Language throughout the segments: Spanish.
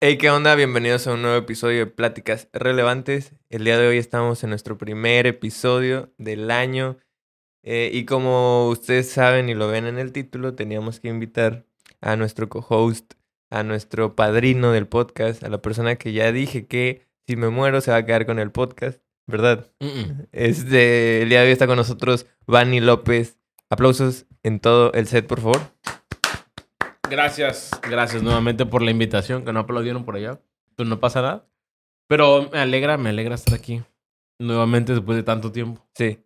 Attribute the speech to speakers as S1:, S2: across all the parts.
S1: Hey, ¿qué onda? Bienvenidos a un nuevo episodio de Pláticas Relevantes. El día de hoy estamos en nuestro primer episodio del año. Eh, y como ustedes saben y lo ven en el título, teníamos que invitar a nuestro co-host, a nuestro padrino del podcast, a la persona que ya dije que si me muero se va a quedar con el podcast, ¿verdad? Este, el día de hoy está con nosotros Vani López. Aplausos en todo el set, por favor.
S2: Gracias, gracias nuevamente por la invitación, que no aplaudieron por allá. Pues no pasa nada. Pero me alegra, me alegra estar aquí. Nuevamente después de tanto tiempo.
S1: Sí.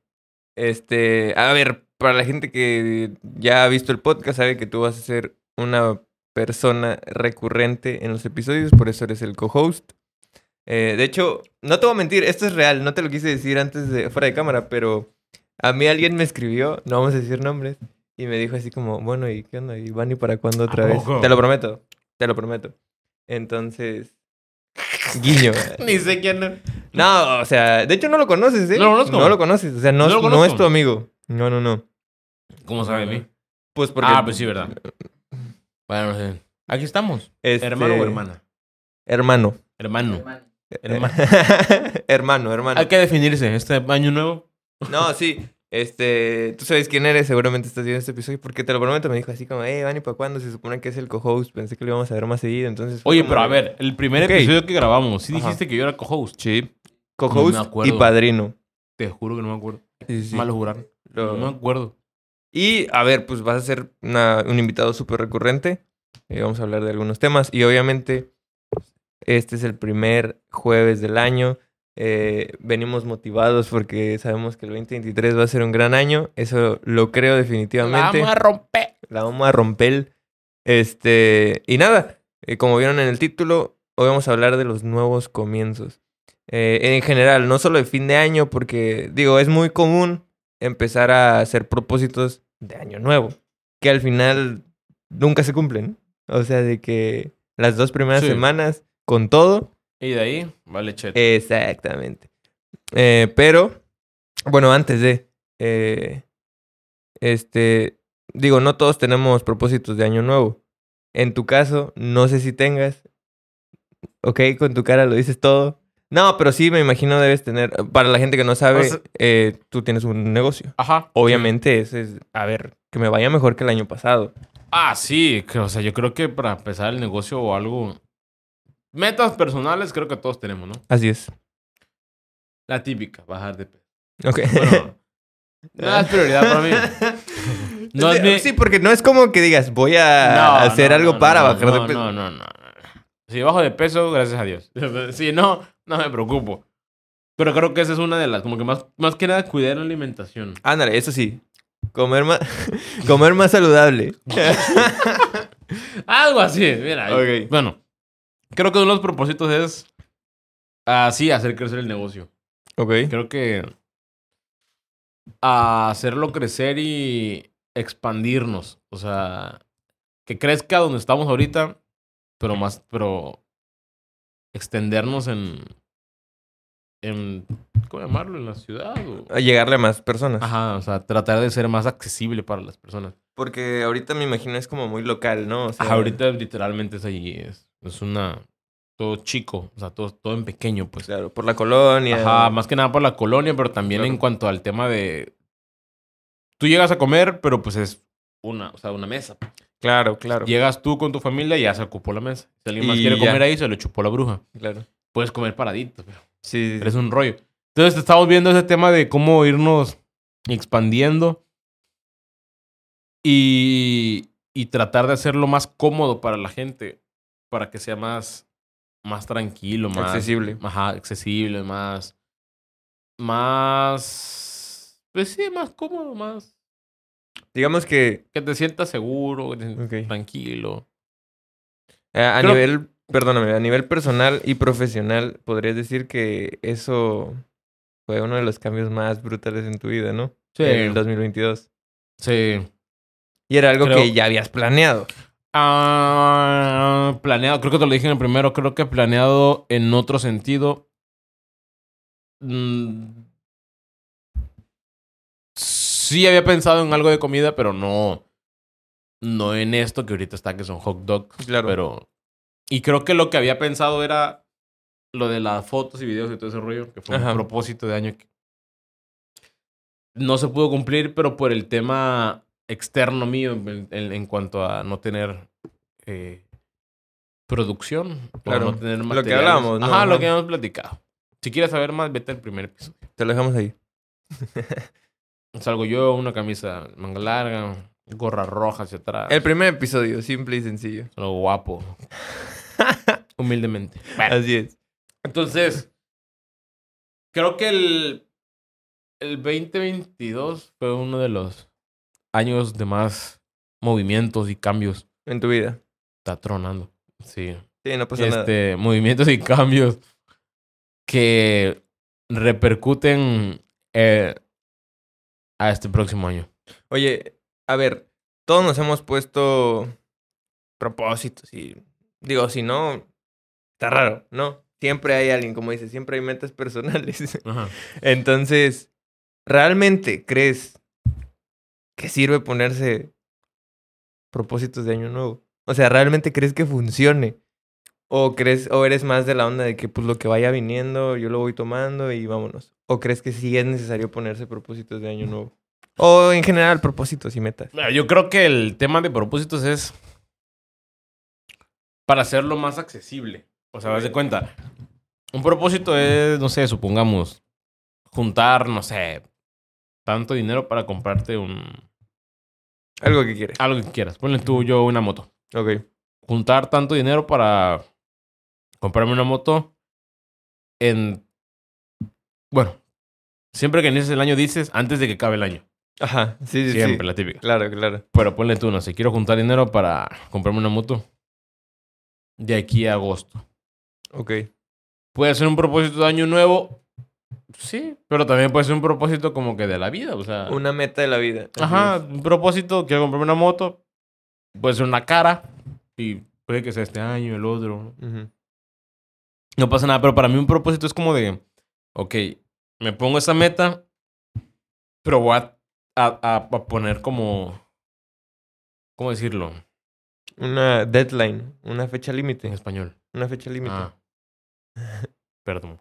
S1: Este, a ver, para la gente que ya ha visto el podcast, sabe que tú vas a ser una persona recurrente en los episodios, por eso eres el co-host. Eh, de hecho, no te voy a mentir, esto es real, no te lo quise decir antes de fuera de cámara, pero a mí alguien me escribió, no vamos a decir nombres, y me dijo así como, bueno, ¿y qué onda? ¿Y Vani para cuándo otra
S2: ¿A
S1: vez?
S2: poco?
S1: Te lo prometo, te lo prometo. Entonces, guiño.
S2: Ni sé quién es.
S1: No, o sea, de hecho no lo conoces, ¿eh?
S2: No lo conozco.
S1: No lo conoces, o sea, no,
S2: No lo
S1: no es
S2: conozco.
S1: tu amigo. No, no, no.
S2: ¿Cómo sabe de mí?
S1: Pues porque...
S2: Ah, pues sí, ¿verdad? Bueno, no sé. Aquí estamos.
S1: este,
S2: Hermano o hermana.
S1: Hermano.
S2: Hermano. Hermano.
S1: hermano, hermano.
S2: Hay que definirse. Este año nuevo.
S1: No, sí. Este, tú sabes quién eres, seguramente estás viendo este episodio, porque te lo prometo, me dijo así como, hey, Vani, ¿para cuándo? Se supone que es el co-host, pensé que lo íbamos a ver más seguido, entonces... fue
S2: Oye,
S1: como
S2: pero a
S1: de-
S2: ver, el primer
S1: Ok.
S2: episodio que grabamos, sí
S1: Ajá.
S2: dijiste que yo era co-host.
S1: Sí, co-host
S2: No me acuerdo.
S1: y padrino.
S2: Te juro que no me acuerdo.
S1: Sí, sí, sí.
S2: Malo jurar.
S1: Lo-
S2: No me acuerdo.
S1: Y, a ver, pues vas a ser una- un invitado súper recurrente, y vamos a hablar de algunos temas, y obviamente este es el primer jueves del año. Eh, venimos motivados porque sabemos que el 2023 va a ser un gran año. Eso lo creo definitivamente.
S2: Vamos a romper.
S1: La vamos a romper. Este. Y nada, eh, como vieron en el título, hoy vamos a hablar de los nuevos comienzos. Eh, en general, no solo de fin de año, porque, digo, es muy común empezar a hacer propósitos de año nuevo, que al final nunca se cumplen. O sea, de que las dos primeras
S2: Sí.
S1: semanas, con todo,
S2: Y de ahí, vale, chet.
S1: Exactamente. Eh, pero, bueno, antes de. eh, este. Digo, no todos tenemos propósitos de año nuevo. En tu caso, no sé si tengas. Ok, con tu cara lo dices todo. No, pero sí, me imagino debes tener. Para la gente que no sabe,
S2: O sea-
S1: eh, tú tienes un negocio.
S2: Ajá.
S1: Obviamente, ese es. A ver, que me vaya mejor que el año pasado.
S2: Ah, sí, que, o sea, yo creo que para empezar el negocio o algo. Metas personales creo que todos tenemos, ¿no?
S1: Así es.
S2: La típica, bajar de peso.
S1: Ok.
S2: Bueno, no es prioridad para mí. No es mi-
S1: Sí, porque no es como que digas, voy a hacer
S2: no,
S1: algo
S2: no,
S1: para
S2: no,
S1: bajar de
S2: no,
S1: peso.
S2: No, no, no. Si bajo de peso, gracias a Dios. Si no, no me preocupo. Pero creo que esa es una de las, como que más, más que nada cuidar la alimentación.
S1: Ándale, eso sí. Comer más, comer más saludable.
S2: Algo así, mira.
S1: Ok.
S2: Bueno, creo que uno de los propósitos es así hacer crecer el negocio.
S1: ok.
S2: Creo que a hacerlo crecer y expandirnos. O sea, que crezca donde estamos ahorita, pero más, pero extendernos en. en ¿Cómo llamarlo? ¿En la ciudad? o-
S1: A llegarle a más personas.
S2: Ajá, o sea, tratar de ser más accesible para las personas.
S1: Porque ahorita me imagino es como muy local, ¿no? O sea,
S2: Ajá, ahorita literalmente es ahí, es, es una. todo chico, o sea, todo, todo en pequeño, pues.
S1: Claro, por la colonia.
S2: Ajá, más que nada por la colonia, pero también
S1: Claro.
S2: en cuanto al tema de. Tú llegas a comer, pero pues es una, o sea, una mesa.
S1: Claro, claro.
S2: Llegas tú con tu familia y ya se ocupó la mesa. Si alguien más
S1: Y
S2: quiere
S1: ya.
S2: comer ahí, se lo chupó la bruja.
S1: Claro.
S2: Puedes comer paradito, pero
S1: Sí, sí,
S2: es
S1: sí.
S2: un rollo. Entonces, estamos viendo ese tema de cómo irnos expandiendo y, y tratar de hacerlo más cómodo para la gente, para que sea más, más tranquilo, más,
S1: accesible.
S2: Ajá, accesible, más. Más. Pues sí, más cómodo, más.
S1: Digamos que
S2: Que te sientas seguro, que te sientas
S1: Ok.
S2: tranquilo.
S1: eh, a
S2: Creo-
S1: nivel, perdóname, a nivel personal y profesional, podrías decir que eso fue uno de los cambios más brutales en tu vida, ¿no? El 2022.
S2: Eh, Sí.
S1: Y era algo
S2: Creo-
S1: que ya habías planeado.
S2: Ah, planeado, creo que te lo dije en el primero, creo que planeado en otro sentido. Mm. Sí, había pensado en algo de comida, pero no. No en esto que ahorita está, que son hot dogs.
S1: Claro.
S2: Pero Y creo que lo que había pensado era lo de las fotos y videos y todo ese rollo, que fue
S1: Ajá.
S2: un propósito de año que no se pudo cumplir, pero por el tema externo mío en, en- en cuanto a no tener eh, producción. o
S1: Claro.
S2: no tener
S1: Lo que
S2: materiales.
S1: hablamos, ¿no?
S2: Ajá,
S1: Ajá.
S2: lo que habíamos platicado. Si quieres saber más, vete al primer episodio.
S1: Te lo dejamos ahí.
S2: Salgo yo, una camisa manga larga, gorra roja hacia atrás.
S1: El primer episodio, simple y sencillo.
S2: Salgo guapo. Humildemente.
S1: Así es.
S2: Entonces, creo que el, el 2022 fue uno de los años de más movimientos y cambios.
S1: En tu vida.
S2: Está tronando. Sí.
S1: Sí, no pasa nada.
S2: este, movimientos y cambios que repercuten eh, a este próximo año.
S1: Oye, a ver, todos nos hemos puesto propósitos y digo, si no, está raro, ¿no? Siempre hay alguien, como dices, siempre hay metas personales.
S2: Ajá.
S1: Entonces, ¿realmente crees que sirve ponerse propósitos de año nuevo? O sea, ¿realmente crees que funcione? ¿O crees o eres más de la onda de que pues lo que vaya viniendo yo lo voy tomando y vámonos? ¿O crees que sí es necesario ponerse propósitos de año nuevo? O en general propósitos y metas.
S2: Mira, Yo creo que el tema de propósitos es para hacerlo más accesible. O sea, haz de cuenta. Un propósito es, no sé, supongamos, juntar, no sé, tanto dinero para comprarte un
S1: Algo que quieres.
S2: algo que quieras. Ponle tú yo una moto.
S1: Ok.
S2: Juntar tanto dinero para comprarme una moto en bueno, siempre que inicies el año dices antes de que acabe el año.
S1: Ajá. Sí, sí,
S2: Siempre
S1: sí.
S2: la típica.
S1: Claro, claro.
S2: Pero ponle tú, no sé, quiero juntar dinero para comprarme una moto de aquí a agosto.
S1: Ok.
S2: Puede ser un propósito de año nuevo, sí, pero también puede ser un propósito como que de la vida, o sea.
S1: Una meta de la vida. Así
S2: Ajá,
S1: es.
S2: un propósito, quiero comprarme una moto, puede ser una cara y puede que sea este año, el otro.
S1: Ujú.
S2: No pasa nada, pero para mí un propósito es como de, ok, me pongo esa meta, pero voy a, a- a- a poner como, ¿cómo decirlo?
S1: Una deadline. Una fecha límite.
S2: En español.
S1: Una fecha límite.
S2: Ah. Perdón.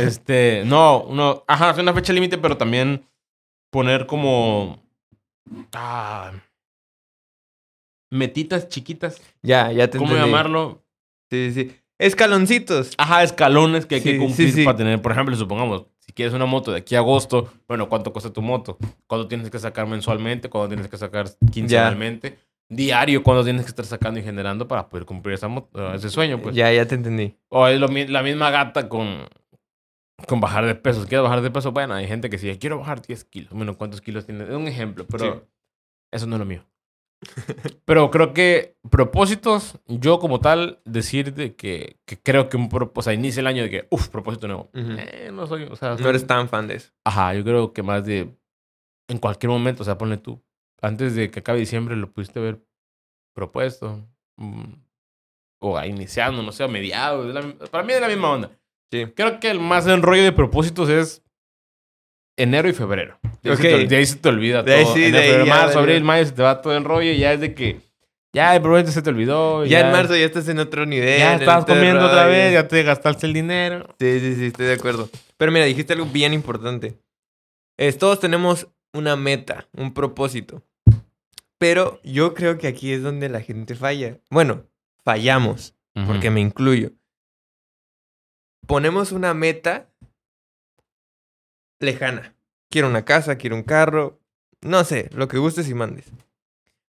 S2: Este, no, no, ajá, es una fecha límite, pero también poner como ah, metitas chiquitas,
S1: Ya, ya te
S2: ¿cómo
S1: entendí.
S2: llamarlo? Ah,
S1: Sí, sí. sí. Escaloncitos.
S2: Ajá, escalones que hay
S1: Sí,
S2: que cumplir
S1: sí, sí.
S2: para tener, por ejemplo, supongamos, si quieres una moto de aquí a agosto, bueno, ¿cuánto cuesta tu moto? ¿Cuánto tienes que sacar mensualmente? ¿Cuánto tienes que sacar quincenalmente? Diario, ¿cuánto tienes que estar sacando y generando para poder cumplir esa moto- ese sueño? Pues?
S1: Ya, ya te entendí.
S2: O es lo mi- la misma gata con, con bajar de peso. Si quieres bajar de peso, bueno, hay gente que sí, quiero bajar 10 kilos. Bueno, ¿cuántos kilos tienes? Es un ejemplo, pero
S1: Sí.
S2: eso no es lo mío. pero creo que propósitos, yo como tal, decirte que, que creo que un propósito, o sea, inicia el año de que, uff, propósito nuevo.
S1: Ujú.
S2: Eh, no soy, o sea,
S1: No eres tan fan de eso.
S2: Ajá, yo creo que más de, en cualquier momento, o sea, ponle tú, antes de que acabe diciembre lo pudiste haber propuesto. mm, O a- iniciando, no sé, a mediados. es la- para mí es la misma onda.
S1: Sí.
S2: Creo que el más enrollo de propósitos es enero y febrero. De ahí, se, te,
S1: Ok.
S2: de ahí se te olvida
S1: De ahí
S2: todo.
S1: sí,
S2: Enero,
S1: de ahí
S2: febrero,
S1: ya
S2: marzo,
S1: valió.
S2: abril, mayo se te va todo enrollo y ya es de que ya el propósito se te olvidó.
S1: Ya en marzo ya estás en otro nivel.
S2: Pues Ya
S1: en
S2: estás
S1: otro
S2: comiendo otra
S1: rollo.
S2: vez, ya te gastaste el dinero.
S1: Sí, sí, sí, estoy de acuerdo. Pero mira, dijiste algo bien importante. Es, todos tenemos una meta, un propósito. Pero yo creo que aquí es donde la gente falla. Bueno, fallamos, porque me incluyo. Ponemos una meta lejana. Quiero una casa, quiero un carro, no sé, lo que gustes y mandes.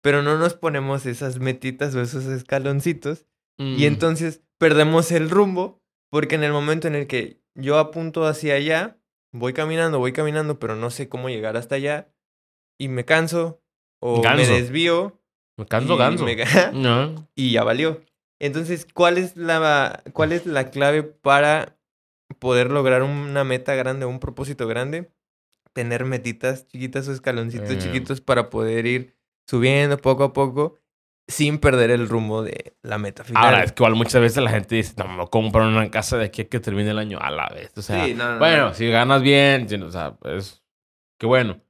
S1: Pero no nos ponemos esas metitas o esos escaloncitos
S2: Mm.
S1: y entonces perdemos el rumbo porque en el momento en el que yo apunto hacia allá, voy caminando, voy caminando, pero no sé cómo llegar hasta allá y me canso o
S2: Ganso.
S1: me desvío.
S2: Me canso
S1: y
S2: ganso.
S1: me-
S2: No.
S1: y ya valió. Entonces, ¿cuál es la, cuál es la clave para poder lograr una meta grande o un propósito grande? Tener metitas chiquitas o escaloncitos
S2: Eh.
S1: chiquitos para poder ir subiendo poco a poco sin perder el rumbo de la meta final.
S2: Ahora, es que igual muchas veces la gente dice, no, me voy a comprar una casa de aquí a que termine el año a la vez. O sea,
S1: Sí, no, no, no.
S2: bueno, si ganas bien, si no, o sea, pues, qué bueno.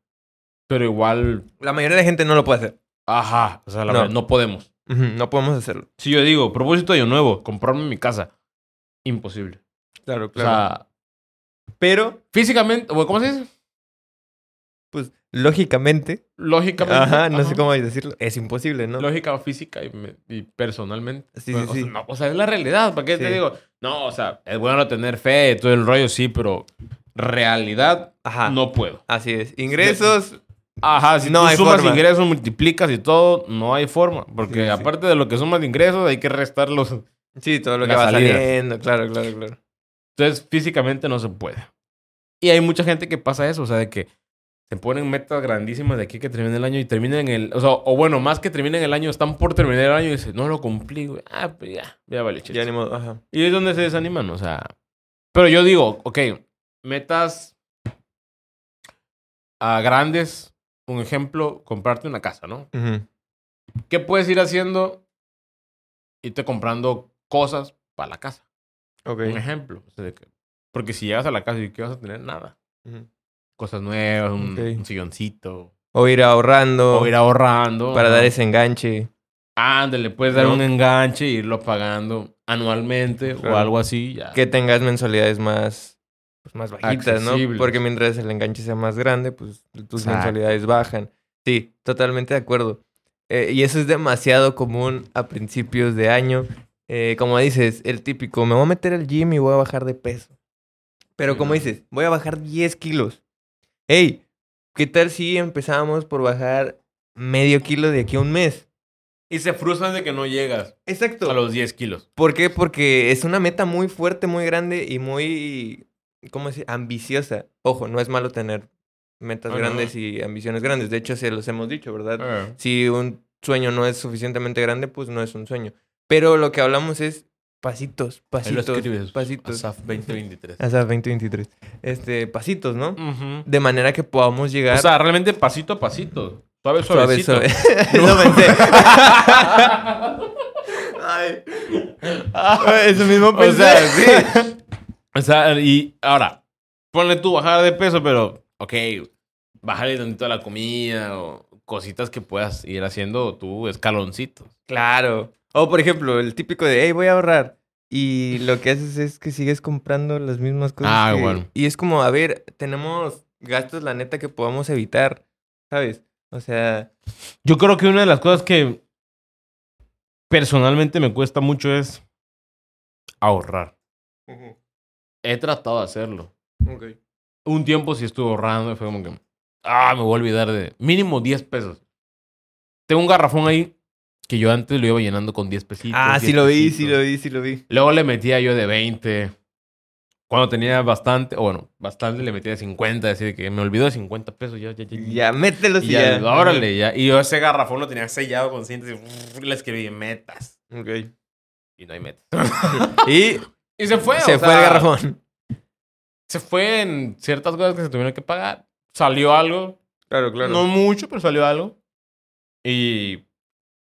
S2: Pero igual,
S1: La mayoría de la gente no lo puede hacer.
S2: ajá, o sea, la
S1: No.
S2: verdad, no podemos.
S1: Ujú, No podemos hacerlo.
S2: Si yo digo, propósito de año nuevo, comprarme mi casa, imposible.
S1: Claro,
S2: O sea,
S1: Pero,
S2: físicamente, o ¿cómo se dice?
S1: pues, lógicamente,
S2: Lógicamente.
S1: ajá, no
S2: ajá.
S1: sé cómo decirlo, es imposible, ¿no?
S2: Lógica, física y, me- y personalmente.
S1: Sí,
S2: Bueno,
S1: sí,
S2: o, sea,
S1: sí.
S2: no, o sea, es la realidad. ¿Para qué te
S1: Sí.
S2: digo? No, o sea, es bueno tener fe, todo el rollo, sí, pero realidad
S1: Ajá.
S2: no puedo.
S1: Así es. Ingresos,
S2: Ajá, si
S1: No
S2: tú
S1: hay
S2: sumas
S1: forma.
S2: ingresos, multiplicas y todo, no hay forma. Porque
S1: Sí, sí.
S2: aparte de lo que sumas de ingresos, hay que restar los...
S1: sí, todo lo que
S2: Las
S1: va
S2: salidas.
S1: saliendo, claro, claro, claro.
S2: Entonces, físicamente no se puede. Y hay mucha gente que pasa eso, o sea, de que se ponen metas grandísimas de aquí que termine el año y terminen el... O sea, o bueno, más que terminen el año, están por terminar el año y dicen, no lo cumplí, güey. Ah, pues ya, ya vale, chiste.
S1: Ya ni modo, ajá.
S2: Y es donde se desaniman, o sea. Pero yo digo, ok, metas a grandes, un ejemplo, comprarte una casa, ¿no?
S1: Ujú.
S2: ¿Qué puedes ir haciendo? Irte comprando cosas para la casa.
S1: Ok.
S2: Un ejemplo. o sea, de que- porque si llegas a la casa y que vas a tener nada.
S1: Ujú.
S2: Cosas nuevas, un,
S1: Ok.
S2: un silloncito.
S1: O ir ahorrando
S2: O ir ahorrando.
S1: para
S2: ajá.
S1: dar ese enganche.
S2: Ándale, puedes dar
S1: ¿No?
S2: un enganche e irlo pagando anualmente
S1: Claro.
S2: o algo así. Ya.
S1: Que tengas mensualidades más, pues, más bajitas, ¿no?
S2: Accesibles.
S1: Porque mientras el enganche sea más grande, pues tus
S2: Exacto.
S1: mensualidades bajan. Sí, totalmente de acuerdo. Eh, y eso es demasiado común a principios de año. Eh, como dices, el típico, me voy a meter al gym y voy a bajar de peso. Pero
S2: Sí,
S1: como
S2: no.
S1: dices, voy a bajar 10 kilos. Hey, ¿qué tal si empezamos por bajar medio kilo de aquí a un mes?
S2: Y se frustran de que no llegas.
S1: Exacto.
S2: A los 10 kilos.
S1: ¿Por qué? Porque es una meta muy fuerte, muy grande y muy, ¿cómo decir? Ambiciosa. Ojo, no es malo tener metas
S2: Ah, no. Ah.
S1: grandes y ambiciones grandes. De hecho, se los hemos dicho, ¿verdad? Si un sueño no es suficientemente grande, pues no es un sueño. Pero lo que hablamos es pasitos,
S2: Ahí lo
S1: pasitos,
S2: escribes.
S1: pasitos.
S2: ASAF 2023.
S1: Hasta 2023. Este, pasitos, ¿no? De manera que podamos llegar
S2: O sea, realmente pasito a pasito. Suave,
S1: suave,
S2: suavecito.
S1: suave. Lo pensé. Ay. Eso mismo
S2: O
S1: pensé.
S2: sea, sí. O sea, y ahora, ponle tú bajar de peso, pero, ok, bájale tantito a la comida o cositas que puedas ir haciendo tú escaloncitos.
S1: Claro. O por ejemplo, el típico de, hey, voy a ahorrar. Y lo que haces es que sigues comprando las mismas cosas.
S2: Ah,
S1: que-
S2: bueno.
S1: Y es como, a ver, tenemos gastos, la neta, que podamos evitar, ¿sabes? O sea,
S2: Yo creo que una de las cosas que personalmente me cuesta mucho es ahorrar. He tratado de hacerlo. un tiempo sí estuve ahorrando y fue como que, ah, me voy a olvidar de mínimo 10 pesos. Tengo un garrafón ahí que yo antes lo iba llenando con 10 pesitos.
S1: ah,
S2: 10
S1: sí lo vi, sí
S2: pesitos.
S1: lo vi, sí lo vi.
S2: Luego le metía yo de 20. Cuando tenía bastante, o bueno, bastante le metía de 50, así de que me olvidó de 50 pesos. Ya, ya, ya.
S1: Ya, mételos y
S2: Y ya,
S1: ya.
S2: órale, ya. Y yo ese garrafón lo tenía sellado con cintas y uff, le escribí metas.
S1: Ok.
S2: Y no hay metas.
S1: Y
S2: Y se fue, o
S1: se fue
S2: sea,
S1: el garrafón.
S2: Se fue en ciertas cosas que se tuvieron que pagar. Salió algo,
S1: Claro,
S2: No mucho, pero salió algo. Y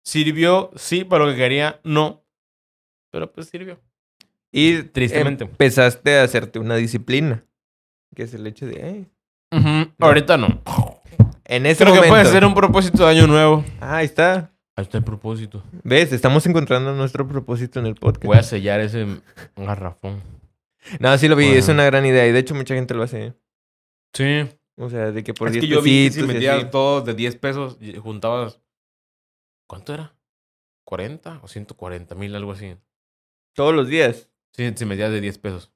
S2: sirvió, sí, para lo que quería, no. Pero pues sirvió.
S1: Y
S2: Tristemente.
S1: empezaste a hacerte una disciplina. Que es el hecho de, "Ey,
S2: Em, Ahorita no.
S1: en ese
S2: Creo que
S1: momento.
S2: puede ser un propósito de año nuevo.
S1: Ah, ahí está.
S2: Ahí está el propósito.
S1: ¿Ves? Estamos encontrando nuestro propósito en el podcast.
S2: Voy a sellar ese garrafón.
S1: No, sí lo vi, es
S2: Bueno.
S1: una gran idea y de hecho mucha gente lo hace. ¿eh?
S2: Sí.
S1: O sea, de que por
S2: es
S1: 10
S2: que yo vi que si
S1: pesitos y
S2: metías
S1: así.
S2: todos de 10 pesos, y juntabas. ¿Cuánto era? ¿40 o 140 mil? Algo así.
S1: todos los días.
S2: Sí, si metías de 10 pesos.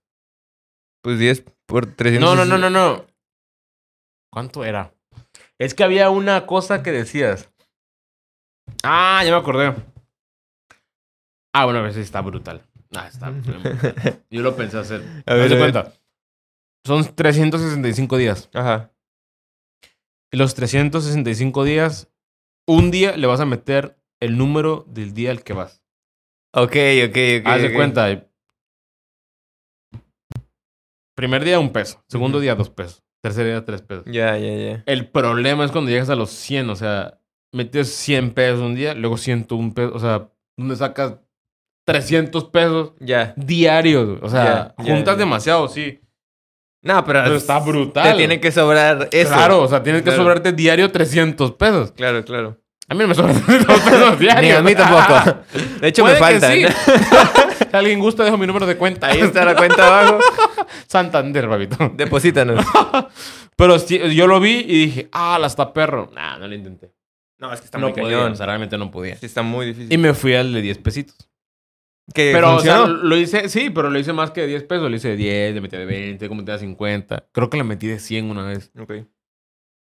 S1: Pues 10 por 300.
S2: No, no, no, no, no. ¿Cuánto era? Es que había una cosa que decías. Ah, ya me acordé. Ah, bueno, a sí está brutal. Ah, está. brutal. Yo lo pensé hacer.
S1: A
S2: A
S1: ver,
S2: ver,
S1: a ver.
S2: cuenta. Son 365 días.
S1: Ajá.
S2: Y los 365 días, un día le vas a meter el número del día al que vas.
S1: Ok, ok, ok.
S2: Haz de
S1: ok.
S2: cuenta. Primer día, un peso. Segundo
S1: Ujú.
S2: día, dos pesos. Tercer día, tres pesos.
S1: Ya, ya, ya.
S2: El problema es cuando llegas a los 100, o sea, metes 100 pesos un día, luego 101 pesos, o sea, donde sacas 300 pesos
S1: Ya.
S2: diarios, güey. o sea,
S1: Ya, ya,
S2: juntas
S1: ya.
S2: demasiado, sí.
S1: No, pero,
S2: Pero está brutal.
S1: Te tiene que sobrar eso.
S2: Claro, o sea, tienes que
S1: Claro.
S2: sobrarte diario 300 pesos.
S1: Claro, claro.
S2: A mí no me sobran dos pesos diarios.
S1: Ni a mí tampoco. De hecho, me
S2: Puede que
S1: faltan.
S2: sí. si alguien gusta, dejo mi número de cuenta
S1: Ahí
S2: ahí.
S1: está la cuenta abajo.
S2: Santander, papito.
S1: Deposítanos.
S2: Pero sí, yo lo vi y dije, ah, la está perro. Nah, no lo intenté.
S1: No, es que
S2: no podía, o sea, realmente no podía.
S1: Sí, está muy difícil.
S2: Y me fui al de 10 pesitos.
S1: ¿Que
S2: Pero, o sea,
S1: funcionó?
S2: lo hice, sí, pero lo hice más que de 10 pesos. Lo hice de 10, le metí de 20, como te da 50. Creo que le metí de 100 una vez.
S1: Ok. E-,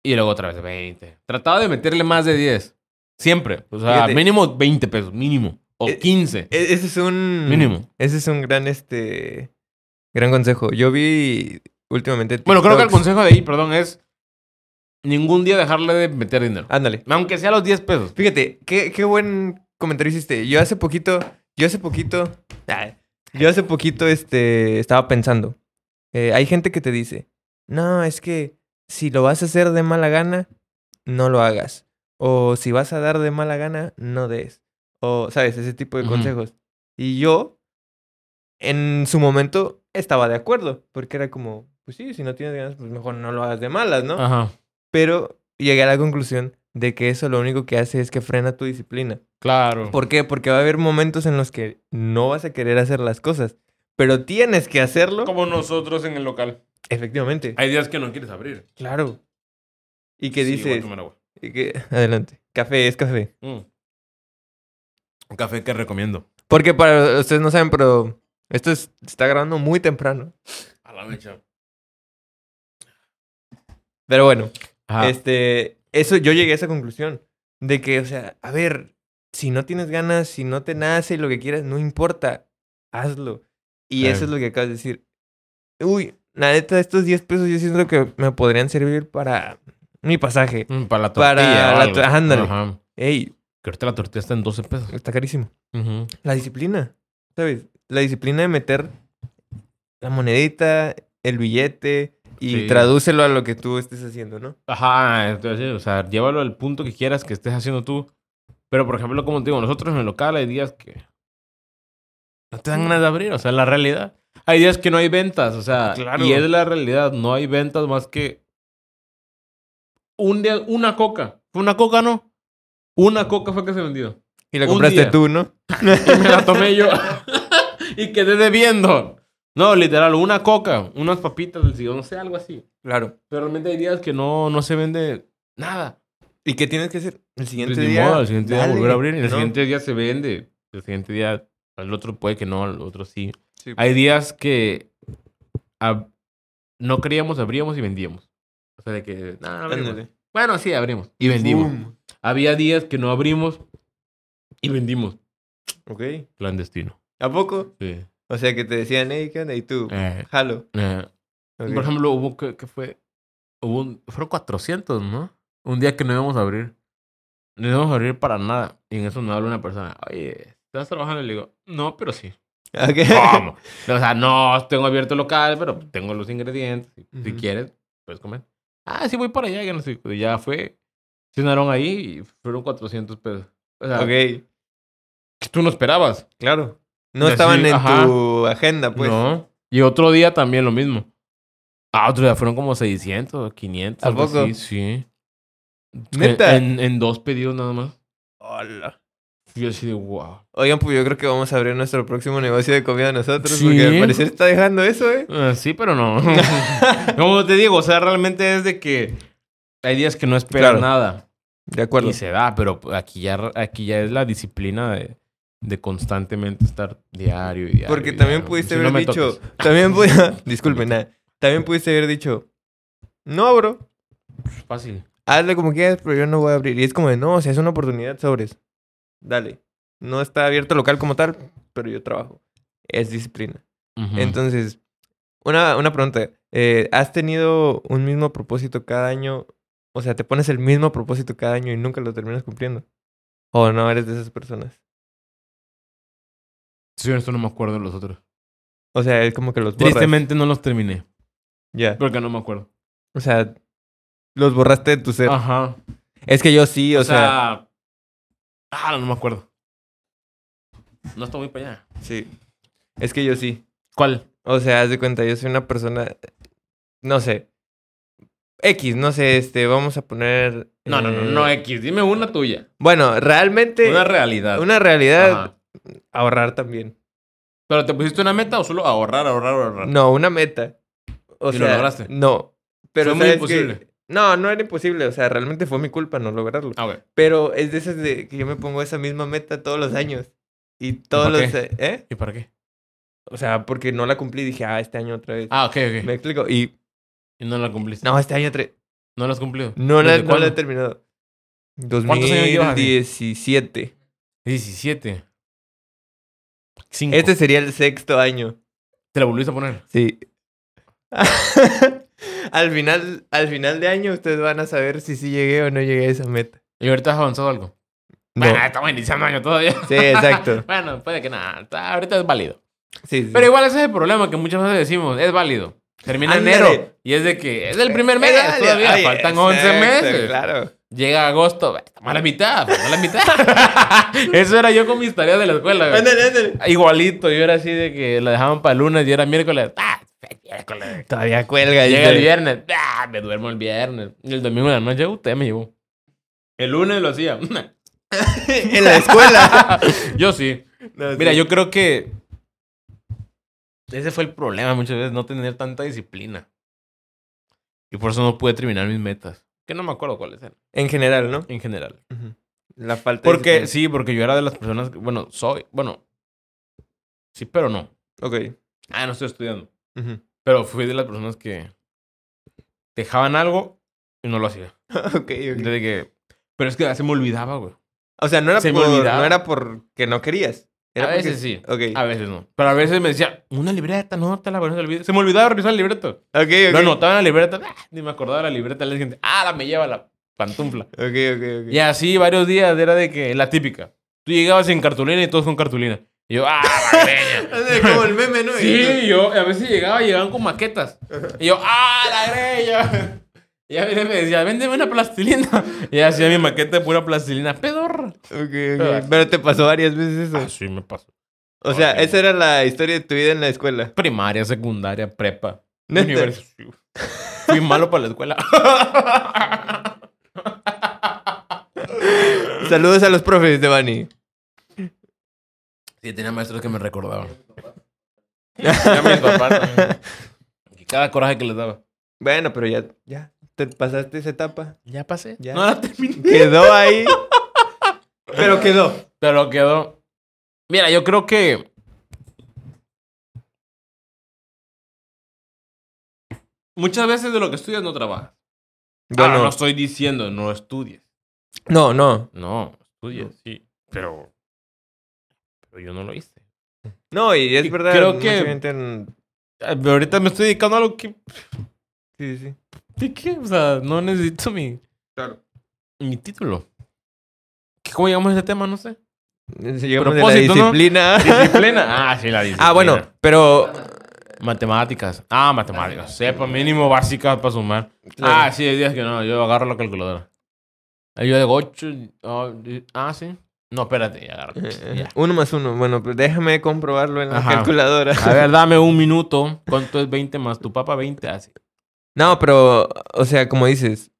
S2: Y luego otra vez de 20. Trataba de meterle más de 10. Siempre. O sea,
S1: Fíjate.
S2: mínimo 20 pesos, mínimo. O
S1: Eh,
S2: 15.
S1: E- ese es un.
S2: Mínimo.
S1: Ese es un gran, este. Gran consejo. Yo vi últimamente.
S2: bueno, creo que el
S1: TikToks.
S2: consejo de ahí, perdón, es ningún día dejarle de meter dinero.
S1: Ándale.
S2: Aunque sea los 10 pesos.
S1: Fíjate, qué, qué buen comentario hiciste. Yo hace poquito, yo hace poquito, ah, yo hace poquito este, estaba pensando. Eh, hay gente que te dice, no, es que si lo vas a hacer de mala gana, no lo hagas. O si vas a dar de mala gana, no des. O, ¿sabes? Ese tipo de
S2: Ujú.
S1: consejos. Y yo, en su momento, estaba de acuerdo. Porque era como, pues sí, si no tienes ganas, pues mejor no lo hagas de malas, ¿no?
S2: Ajá.
S1: pero llegué a la conclusión de que eso lo único que hace es que frena tu disciplina.
S2: Claro.
S1: ¿Por qué? Porque va a haber momentos en los que no vas a querer hacer las cosas, pero tienes que hacerlo.
S2: Como nosotros en el local.
S1: Efectivamente.
S2: Hay días que no quieres abrir.
S1: Claro. Y que
S2: Sí, voy a
S1: dices...
S2: tomar agua.
S1: y que- Adelante. Café es café.
S2: Mm. Un café que recomiendo.
S1: Porque para ustedes no saben, pero esto es- se está grabando muy temprano.
S2: A la mecha.
S1: Pero bueno, Este, eso, yo llegué a esa conclusión. De que, o sea, a ver, si no tienes ganas, si no te nace lo que quieras, no importa, hazlo. Y
S2: Sí.
S1: eso es lo que acabas de decir. Uy, la neta, estos 10 pesos yo siento que me podrían servir para mi pasaje.
S2: Mm, Para la tortilla.
S1: Para
S2: o
S1: la
S2: algo.
S1: tor- ándale.
S2: Ajá.
S1: Ey,
S2: Que ahorita la tortilla está en 12 pesos.
S1: está carísimo. La disciplina, ¿sabes? La disciplina de meter la monedita, el billete y
S2: Sí.
S1: tradúcelo a lo que tú estés haciendo, ¿no?
S2: Ajá, entonces, o sea, llévalo al punto que quieras que estés haciendo tú. Pero, por ejemplo, como te digo, nosotros en el local hay días que no te dan ganas de abrir, o sea, la realidad. Hay días que no hay ventas, o sea,
S1: Claro.
S2: y es la realidad, no hay ventas más que un día, una coca. Fue Una coca no. Una coca fue que se vendió.
S1: Y la
S2: Un
S1: compraste
S2: día.
S1: tú, ¿no?
S2: Y me la tomé yo. y quedé debiendo. No, literal, una coca, unas papitas del sillón, no sé, algo así.
S1: Claro.
S2: Pero realmente hay días que no, no se vende nada.
S1: ¿Y qué tienes que hacer? El siguiente
S2: Pues ni
S1: día.
S2: modo, el siguiente día
S1: dale,
S2: volver a abrir. y El
S1: ¿no?
S2: siguiente día se vende. El siguiente día, al otro puede que no, al otro sí.
S1: Sí.
S2: Hay días que ab- no queríamos, abríamos y vendíamos. O sea, de que, "No, no abrimos".
S1: Ándale.
S2: Bueno, sí, abrimos y vendimos.
S1: Boom.
S2: Había días que no abrimos y vendimos.
S1: Ok.
S2: Clandestino.
S1: ¿A poco?
S2: Sí.
S1: O sea, que te decían, hey, ¿qué onda? Y tú,
S2: Eh,
S1: jalo.
S2: eh,
S1: Ok.
S2: Por ejemplo, hubo que, que fue. Hubo un- fueron 400, ¿no? Un día que no íbamos a abrir. No íbamos a abrir para nada. Y en eso me habla una persona. Oye, ¿estás trabajando? Y le digo, no, pero sí.
S1: Ok.
S2: ¿Cómo? o sea, no, tengo abierto el local, pero tengo los ingredientes. Si, si
S1: Ujú.
S2: quieres, puedes comer. Ah, sí, voy para allá. Ya, no sé. Y ya fue. Cenaron ahí y fueron 400 pesos. O sea,
S1: ok,
S2: que tú no esperabas.
S1: claro. No
S2: Así,
S1: estaban en
S2: ajá.
S1: tu agenda, pues.
S2: No. Y otro día también lo mismo. Ah, otro día fueron como 600, 500.
S1: ¿A
S2: algo
S1: poco?
S2: así, sí.
S1: ¿Neta?
S2: En, en- en dos pedidos nada más.
S1: Hola.
S2: Yo así de wow.
S1: Oigan, pues yo creo que vamos a abrir nuestro próximo negocio de comida nosotros,
S2: Sí.
S1: porque al parecer está dejando eso, ¿eh?
S2: Ah, sí, pero no. como te digo, o sea, realmente es de que hay días que no esperas
S1: Claro.
S2: nada.
S1: De acuerdo.
S2: Y se da, pero aquí ya, aquí ya es la disciplina de, de constantemente estar diario y diario.
S1: Porque
S2: y
S1: también
S2: diario.
S1: pudiste
S2: Si no
S1: haber
S2: me
S1: dicho,
S2: toques.
S1: también pudiste, disculpen, nada. También pudiste haber dicho, no abro,
S2: Fácil.
S1: hazle como quieras, pero yo no voy a abrir. Y es como de, no, o sea, es una oportunidad, sobres. Dale. No está abierto el local como tal, pero yo trabajo. Es disciplina.
S2: Ujú.
S1: Entonces, una, una pregunta. eh, ¿Has tenido un mismo propósito cada año? O sea, ¿te pones el mismo propósito cada año y nunca lo terminas cumpliendo? ¿O no eres de esas personas?
S2: Sí, esto no me acuerdo de los otros.
S1: O sea, es como que los borras.
S2: Tristemente no los terminé.
S1: Ya.
S2: Porque no me acuerdo.
S1: O sea, los borraste de tu ser.
S2: Ajá.
S1: Es que yo sí, o,
S2: Ah. O,
S1: sea,
S2: sea, Ah, no me acuerdo. No estoy muy para allá.
S1: Sí. Es que yo sí.
S2: ¿Cuál?
S1: O sea, haz de cuenta, yo soy una persona. No sé. X, no sé, este, vamos a poner
S2: No, no, no, no, X. Dime una tuya.
S1: Bueno, realmente
S2: Una
S1: una,
S2: realidad.
S1: realidad
S2: Ajá.
S1: ahorrar también.
S2: ¿Pero te pusiste una meta o solo ahorrar, ahorrar, ahorrar?
S1: No, una meta. O
S2: ¿Y lo
S1: sea,
S2: lograste?
S1: No. Pero
S2: Fue muy
S1: ¿sabes qué?
S2: imposible.
S1: No, no era imposible. O sea, realmente fue mi culpa no lograrlo.
S2: Ah, güey.
S1: Pero es de esas de que yo me pongo esa misma meta todos los años. Y todos
S2: por
S1: los... ¿Eh?
S2: ¿Y para qué?
S1: O sea, porque no la cumplí. Dije, ah, este año otra vez.
S2: Ah, ok, ok.
S1: ¿Me explico? Y
S2: Y no la cumpliste.
S1: no, este año otra
S2: No la has cumplido.
S1: No la,
S2: ¿Desde
S1: no la he
S2: cuándo?
S1: terminado.
S2: ¿Cuántos años llevas, Dani?
S1: 2017.
S2: 17. 5.
S1: Este sería el sexto año.
S2: ¿Te la volviste a poner?
S1: Sí. al, final, al final de año ustedes van a saber si sí llegué o no llegué a esa meta.
S2: ¿Y ahorita has avanzado algo?
S1: No.
S2: Bueno, estamos iniciando año todavía.
S1: Sí, exacto.
S2: bueno, puede que nada. está- ahorita es válido.
S1: Sí, sí.
S2: Pero igual ese es el problema que muchas veces decimos. Es válido. Termina
S1: Ándale.
S2: enero. Y es de que es el primer mes.
S1: Eh, dale,
S2: todavía
S1: oye,
S2: faltan 11
S1: exacto,
S2: meses.
S1: Claro.
S2: Llega agosto. bah, Estamos a la mitad. Estamos a la mitad. Eso era yo con mis tareas de la escuela. güey.
S1: Ándale, ándale.
S2: Igualito. Yo era así de que la dejaban para el lunes y era miércoles. Ah, miércoles.
S1: Todavía cuelga.
S2: Llega
S1: dice.
S2: el viernes. Ah, me duermo el viernes. Y El domingo en la noche, usted me llevó. El lunes lo hacía.
S1: en la escuela.
S2: yo sí.
S1: No, Pues sí.
S2: Mira, yo creo que ese fue el problema muchas veces, no tener tanta disciplina. Y por eso no pude terminar mis metas. Que no me acuerdo cuáles eran,
S1: En general, ¿no?
S2: en general.
S1: Ujú. La falta de...
S2: Porque
S1: disciplina.
S2: sí, porque yo era de las personas que, bueno, soy, bueno, sí, pero no.
S1: Ok.
S2: Ah, no estoy estudiando.
S1: Ujú.
S2: Pero fui de las personas que dejaban algo y no lo hacía.
S1: ok, ok.
S2: Desde que, pero es que se me olvidaba, güey.
S1: O sea, no era,
S2: Se me
S1: por,
S2: olvidaba.
S1: no era porque no querías. Era
S2: A
S1: porque-
S2: veces sí.
S1: Ok.
S2: A veces no. Pero a veces me decía, una libreta, no, te la pones olvidar. Se me olvidaba revisar el libreto.
S1: Ok, ok.
S2: Lo anotaba en la libreta, ah, ni me acordaba de la libreta. La gente, ah, la me lleva la pantufla.
S1: Ok, ok, ok.
S2: Y así varios días era de que la típica. Tú llegabas en cartulina y todos con cartulina. Y yo, ah, la greña.
S1: Es como el meme, ¿no?
S2: Sí, y yo a veces llegaba y llegaban con maquetas. Y yo, ¡ah, la greña! Y a veces me decía, véndeme una plastilina. Y hacía mi maqueta de pura plastilina. Pedor.
S1: Ok, ok. Pero te pasó varias veces eso.
S2: Así me pasó.
S1: O sea,
S2: ok.
S1: esa era la historia de tu vida en la escuela.
S2: Primaria, secundaria, prepa.
S1: ¿Neta?
S2: universidad. Fui malo para la escuela.
S1: Saludos a los profes de Bani.
S2: Sí, tenía maestros que me recordaban. Ya mis papás también. Y Cada coraje que les daba.
S1: Bueno, pero ya, ya. Te pasaste esa etapa.
S2: Ya pasé.
S1: Ya.
S2: No la terminé.
S1: Quedó ahí. pero quedó.
S2: Pero quedó. Mira, yo creo que. Muchas veces de lo que estudias no trabajas. Ahora,
S1: Bueno,
S2: Ah, no estoy diciendo no estudies.
S1: no, no.
S2: No, estudias, sí. Pero. Pero yo no lo hice.
S1: No, y es
S2: Y
S1: verdad.
S2: creo
S1: mucha
S2: que-
S1: gente en-
S2: Pero ahorita me estoy dedicando a algo que.
S1: Sí, sí.
S2: ¿De qué? O sea, no necesito mi.
S1: Claro.
S2: Mi título. ¿Qué- ¿Cómo llegamos a ese tema? No sé.
S1: Se llegamos de la
S2: Propósito, ¿no?
S1: disciplina.
S2: Disciplina. Ah, sí, la disciplina.
S1: Ah, bueno, pero.
S2: Matemáticas. Ah, matemáticas. Sepa, mínimo básica para sumar. Ah, sí, hay días que no. Yo agarro la calculadora. Ahí Yo digo 8. ah, sí. No, espérate. Ya agarro. Ya.
S1: eh, Uno más uno. Bueno, pues déjame comprobarlo en la
S2: Ajá. Ah,
S1: calculadora.
S2: A ver, dame un minuto. ¿Cuánto es 20 más tu papá? 20. Así.
S1: No, pero, o sea, como dices,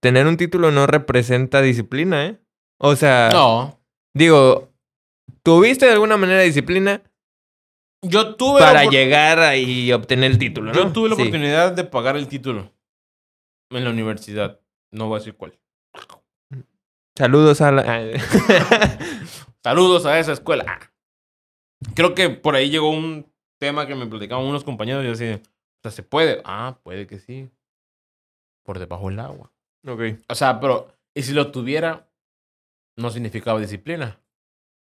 S1: tener un título no representa disciplina, ¿eh? O sea,
S2: No.
S1: digo, tuviste de alguna manera disciplina
S2: Yo tuve.
S1: para
S2: opor-
S1: llegar a- y obtener el título, ¿no?
S2: Yo tuve la
S1: Sí.
S2: oportunidad de pagar el título. En la universidad. No voy a decir cuál.
S1: Saludos a
S2: Ah,
S1: la...
S2: Saludos a esa escuela. Ah. Creo que por ahí llegó un tema que me platicaban unos compañeros y yo así, o sea, ¿se puede? Ah, puede que sí. Por debajo del agua.
S1: ok.
S2: O sea, pero, y si lo tuviera, no significaba disciplina.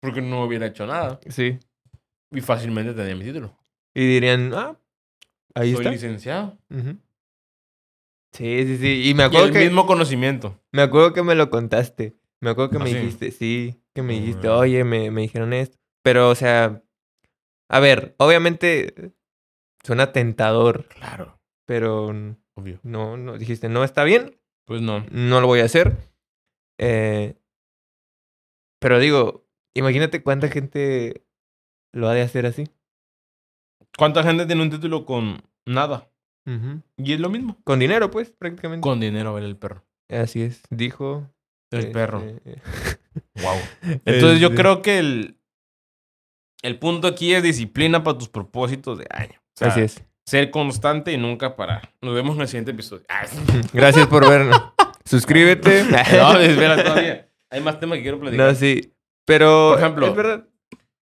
S2: Porque no hubiera hecho nada.
S1: Sí.
S2: Y fácilmente tenía mi título.
S1: Y dirían, ah, ahí
S2: Soy
S1: está.
S2: licenciado.
S1: Ujú. Sí, sí, sí. Y me
S2: Y
S1: acuerdo,
S2: el
S1: que,
S2: mismo conocimiento.
S1: me acuerdo que me lo contaste. Me acuerdo que
S2: ¿Ah,
S1: me
S2: sí?
S1: dijiste, sí, que me
S2: Ah,
S1: dijiste,
S2: bueno.
S1: oye, me, me dijeron esto. Pero, o sea, a ver, obviamente suena tentador.
S2: Claro.
S1: pero n-
S2: Obvio.
S1: no, no, dijiste, no está bien,
S2: Pues no.
S1: no lo voy a hacer. Eh, pero digo, imagínate cuánta gente lo ha de hacer así.
S2: ¿Cuánta gente tiene un título con nada? Y es lo mismo.
S1: Con dinero, pues, prácticamente.
S2: Con dinero, vale el perro.
S1: Así es. Dijo.
S2: El perro.
S1: este,
S2: Wow. Entonces yo
S1: Este.
S2: creo que el, el punto aquí es disciplina para tus propósitos de año. O sea,
S1: Así es.
S2: Ser constante y nunca parar. Nos vemos en el siguiente episodio. Ah, sí.
S1: Gracias por vernos. Suscríbete.
S2: no, espera, todavía. Hay más temas que quiero platicar.
S1: No, sí. Pero.
S2: Por ejemplo.
S1: es verdad.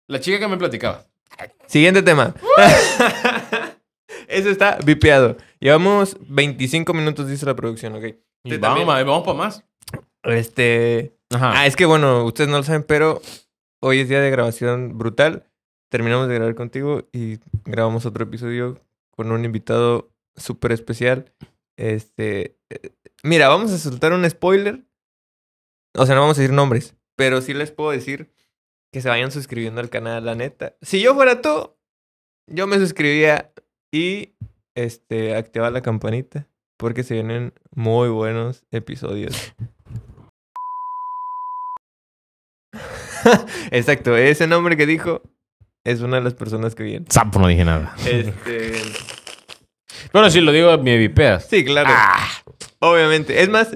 S2: La chica que me platicaba.
S1: Siguiente tema. Eso está vipeado. Llevamos 25 minutos, dice la producción, ok.
S2: Y
S1: Usted
S2: vamos,
S1: también.
S2: ma- vamos para más.
S1: Este.
S2: Ajá.
S1: Ah, es que bueno, ustedes no lo saben, pero hoy es día de grabación brutal. Terminamos de grabar contigo y grabamos otro episodio con un invitado súper especial. Este. eh, Mira, vamos a soltar un spoiler. O sea, no vamos a decir nombres, pero sí les puedo decir que se vayan suscribiendo al canal, la neta. Si yo fuera tú, yo me suscribía y este activaba la campanita porque se vienen muy buenos episodios. Exacto, ese nombre que dijo es una de las personas que vienen.
S2: Sapo, no dije nada.
S1: Este,
S2: Pero si lo digo, me vipeas.
S1: sí, claro,
S2: Ah.
S1: obviamente. Es más,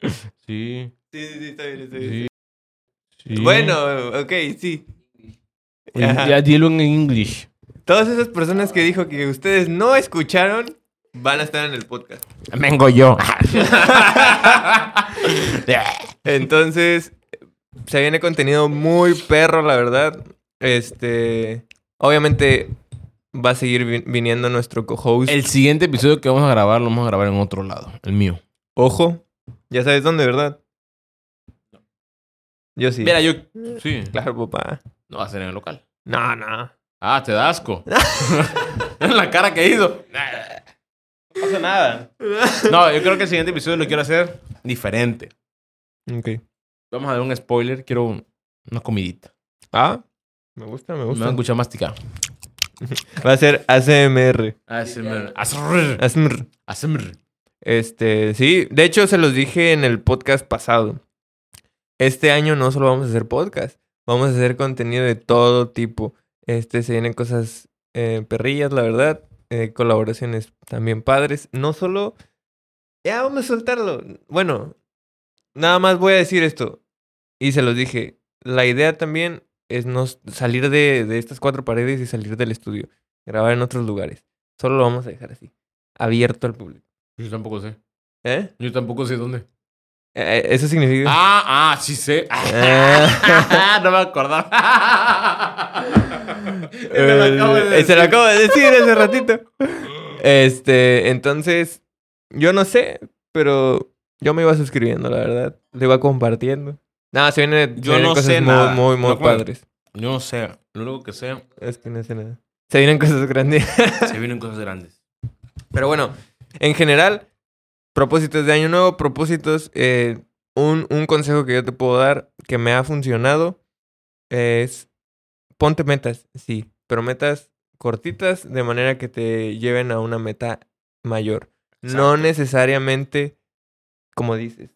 S2: Sí,
S1: sí, sí, sí, está bien, está bien.
S2: sí, sí.
S1: Bueno, ok, sí.
S2: Y-
S1: Ajá.
S2: Ya dilo en English.
S1: Todas esas personas que dijo que ustedes no escucharon van a estar en el podcast.
S2: Vengo yo.
S1: Entonces, se viene contenido muy perro, la verdad. Este, obviamente va a seguir vi- viniendo nuestro co-host.
S2: El siguiente episodio que vamos a grabar lo vamos a grabar en otro lado, el mío.
S1: Ojo, ya sabes dónde, ¿verdad? Yo sí.
S2: Mira, yo. Sí.
S1: Claro, papá.
S2: No va a ser en el local.
S1: No, no.
S2: Ah, te da asco. la cara que hizo. No pasa nada. No, yo creo que el siguiente episodio lo quiero hacer diferente.
S1: Ok.
S2: Vamos a dar un spoiler. Quiero un- una comidita.
S1: Ah, me gusta, me
S2: Me van a
S1: gusta.
S2: escuchar masticar.
S1: Va a ser ACMR.
S2: ASMR. ASMR.
S1: ASMR.
S2: ASMR.
S1: Este, sí, de hecho se los dije en el podcast pasado. Este año no solo vamos a hacer podcast, vamos a hacer contenido de todo tipo. Este, se vienen cosas eh, perrillas, la verdad. eh, colaboraciones también padres. No solo... Ya vamos a soltarlo. Bueno, nada más voy a decir esto. Y se los dije. La idea también es no s- salir de, de estas cuatro paredes y salir del estudio. Grabar en otros lugares. Solo lo vamos a dejar así. Abierto al público.
S2: Yo tampoco sé.
S1: ¿Eh?
S2: Yo tampoco sé dónde.
S1: Eh, Eso significa. ah,
S2: Ah, ah, sí sé. no me acordaba.
S1: Eh, eh, se lo acabo de decir hace ratito. Este, entonces, yo no sé, pero yo me iba suscribiendo, la verdad. Lo iba compartiendo. Nada, se viene, se
S2: Yo
S1: vienen
S2: no
S1: cosas
S2: sé
S1: muy,
S2: nada.
S1: muy, muy
S2: No, ¿cómo?
S1: padres.
S2: Yo no sé. Lo único que sé,
S1: Es que no sé nada. Se vienen cosas grandes.
S2: se vienen cosas grandes.
S1: Pero bueno, en general, propósitos de año nuevo, propósitos. eh, un, un consejo que yo te puedo dar que me ha funcionado es ponte metas, sí, pero metas cortitas de manera que te lleven a una meta mayor. No
S2: Exacto.
S1: necesariamente, como dices,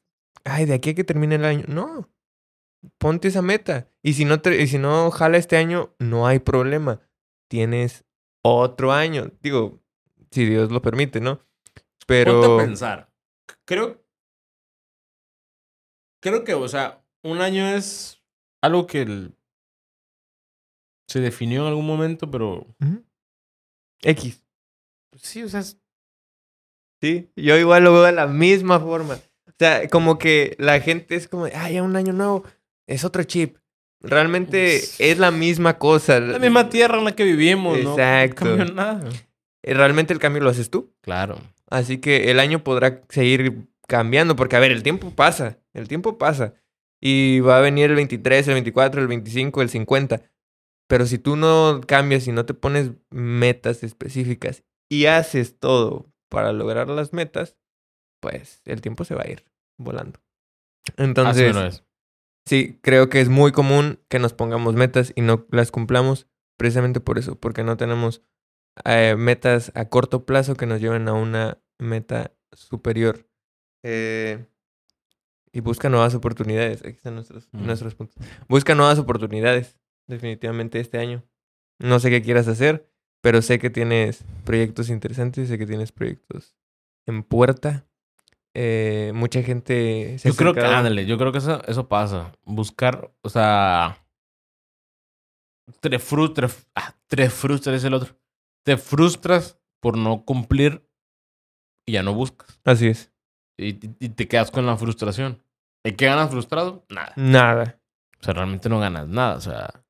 S1: ay, de aquí a que termine el año. No, ponte esa meta. Y si no, te- y si no jala este año, no hay problema. Tienes otro año. Digo, si Dios lo permite, ¿no? Pero...
S2: Ponte a pensar. C- Creo. Creo que, o sea, un año es algo que el- se definió en algún momento, pero.
S1: Ujú. X.
S2: Sí, o sea, es-
S1: Sí, yo igual lo veo de la misma forma. O sea, como que la gente es como, de, ay, ya un año nuevo, es otro chip. Realmente
S2: Es-
S1: es la misma cosa.
S2: la misma tierra en la que vivimos, ¿no?
S1: Eh, Exacto.
S2: No cambió nada.
S1: Eh, Realmente el cambio lo haces tú.
S2: Claro.
S1: Así que el año podrá seguir cambiando, porque a ver, el tiempo pasa, el tiempo pasa. Y va a venir el 23, el 24, el 25, el 50. Pero si tú no cambias y no te pones metas específicas y haces todo para lograr las metas, pues el tiempo se va a ir volando.
S2: Así
S1: Entonces,
S2: no es.
S1: Sí, creo que es muy común que nos pongamos metas y no las cumplamos precisamente por eso, porque no tenemos eh, metas a corto plazo que nos lleven a una meta superior. Eh, y busca nuevas oportunidades. Aquí están nuestros,
S2: Mm.
S1: nuestros puntos. Busca nuevas oportunidades, definitivamente este año. No sé qué quieras hacer, Pero sé que tienes proyectos interesantes, sé que tienes proyectos en puerta. Eh, mucha gente se ha
S2: Yo creo que,
S1: acercado.
S2: ándale, yo creo que eso, eso pasa. Buscar, o sea. Te, fru- te, ah, te frustras, es el otro. Te frustras por no cumplir y ya no buscas.
S1: Así es.
S2: Y, y- y te quedas con la frustración. ¿Y qué ganas frustrado? Nada.
S1: Nada.
S2: O sea, realmente no ganas nada. O sea.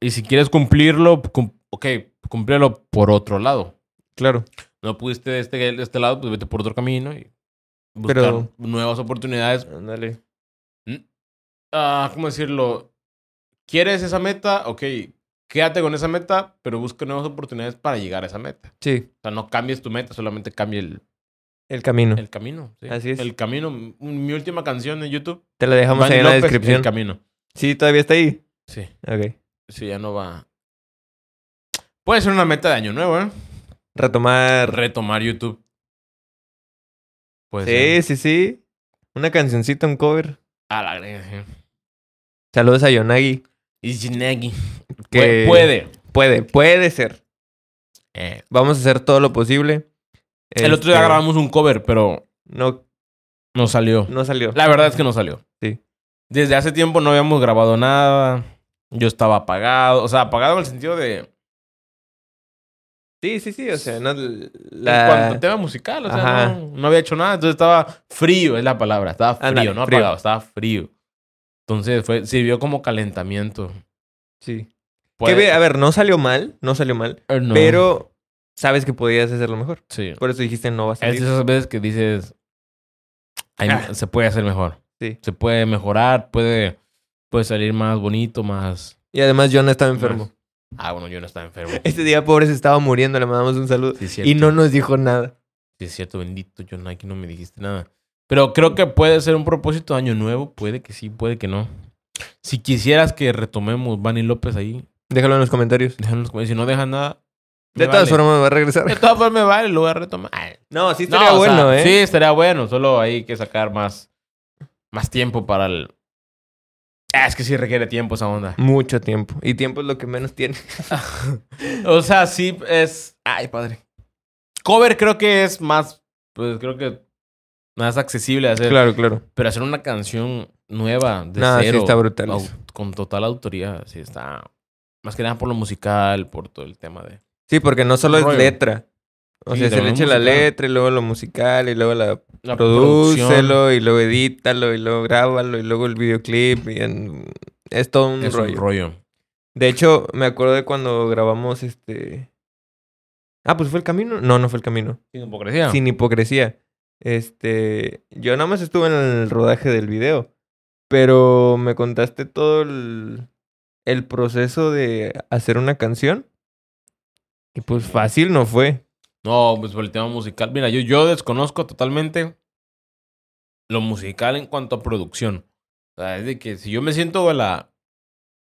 S2: Y si quieres cumplirlo, cum- ok, cumplirlo por otro lado.
S1: Claro.
S2: No pudiste de este, de este lado, pues vete por otro camino y buscar
S1: Pero-
S2: nuevas oportunidades
S1: Ándale.
S2: ah, ¿cómo decirlo? ¿Quieres esa meta? Ok, quédate con esa meta, pero busca nuevas oportunidades para llegar a esa meta.
S1: Sí,
S2: O sea, no cambies tu meta, solamente cambia el,
S1: el camino.
S2: el camino. ¿sí?
S1: Así es.
S2: El camino. M- Mi última canción en YouTube.
S1: Te la dejamos
S2: Dani
S1: ahí en la
S2: López,
S1: descripción.
S2: El camino.
S1: Sí, todavía está ahí.
S2: Sí,
S1: Ok.
S2: sí, ya no va. Puede ser una meta de año nuevo, ¿eh?
S1: Retomar.
S2: Retomar YouTube. Puede
S1: Sí,
S2: ser.
S1: sí, sí. Una cancioncita, un cover.
S2: A la greña, sí.
S1: Saludos a Yonagi.
S2: Y Shinegi.
S1: Que
S2: Pu- Puede.
S1: Puede, puede ser.
S2: Eh,
S1: Vamos a hacer todo lo posible.
S2: El otro día
S1: Este,
S2: grabamos un cover, pero
S1: No,
S2: no salió.
S1: no salió.
S2: La verdad es que no salió.
S1: Sí.
S2: Desde hace tiempo no habíamos grabado nada. Yo estaba apagado. O sea, apagado en el sentido de.
S1: Sí, sí, sí. O sea, no.
S2: En cuanto a
S1: La...
S2: tema musical. O sea,
S1: Ajá.
S2: no, no había hecho nada. Entonces estaba frío, es la palabra. Estaba frío,
S1: Ándale,
S2: no
S1: frío.
S2: apagado, estaba frío. Entonces fue, sirvió como calentamiento.
S1: Sí.
S2: Puede-
S1: Que ve- a ver, no salió mal. No salió mal.
S2: Eh, no.
S1: Pero sabes que podías hacerlo mejor.
S2: Sí.
S1: Por eso dijiste no va a
S2: Es de
S1: salir.
S2: esas veces que dices. "Ay,
S1: Ah.
S2: Se puede hacer mejor.
S1: Sí.
S2: Se puede mejorar, puede, puede salir más bonito, más.
S1: Y además, John estaba enfermo.
S2: Ah, bueno, yo no estaba enfermo.
S1: Este día, pobre, se estaba muriendo. Le mandamos un saludo.
S2: Sí,
S1: Y
S2: cierto.
S1: no nos dijo nada.
S2: Sí, es cierto, bendito John, aquí no me dijiste nada. Pero creo que puede ser un propósito de año nuevo, puede que sí, puede que no. Si quisieras que retomemos Vani López ahí,
S1: Déjalo en los comentarios.
S2: déjanos como- si no dejas nada.
S1: De
S2: me
S1: todas
S2: vale.
S1: formas, va a
S2: De
S1: regresar.
S2: todas formas me vale, lo voy a retomar. Ay,
S1: No, sí
S2: no,
S1: estaría
S2: o sea,
S1: bueno,
S2: Sí,
S1: ¿eh?
S2: estaría bueno, solo hay que sacar más, más tiempo para el. Ah, es que sí requiere tiempo esa onda.
S1: Mucho tiempo. Y tiempo es lo que menos tiene.
S2: O sea, sí es. Ay, padre. Cover creo que es más. Pues creo que. Más accesible de hacer.
S1: Claro, claro.
S2: Pero hacer una canción nueva de
S1: No, sí
S2: cero.
S1: está brutal
S2: au-
S1: eso.
S2: Con total autoría, sí está. Más que nada por lo musical, por todo el tema de.
S1: Sí, porque no solo es
S2: Rollo.
S1: letra. O
S2: Sí,
S1: sea, se le
S2: también
S1: echa la
S2: musical.
S1: letra y luego lo musical y luego la,
S2: La producción.
S1: prodúcelo y luego edítalo y luego grábalo y luego el videoclip y en- es todo un
S2: Es
S1: rollo.
S2: un rollo.
S1: De hecho, me acuerdo de cuando grabamos este Ah, pues fue el camino. No, no fue el camino.
S2: Sin hipocresía.
S1: Sin hipocresía. Este, yo nada más estuve en el rodaje del video, pero me contaste todo el, el proceso de hacer una canción. Y pues fácil no fue.
S2: No, pues por el tema musical. Mira, yo, yo desconozco totalmente lo musical en cuanto a producción. O sea, es de que si yo me siento en la,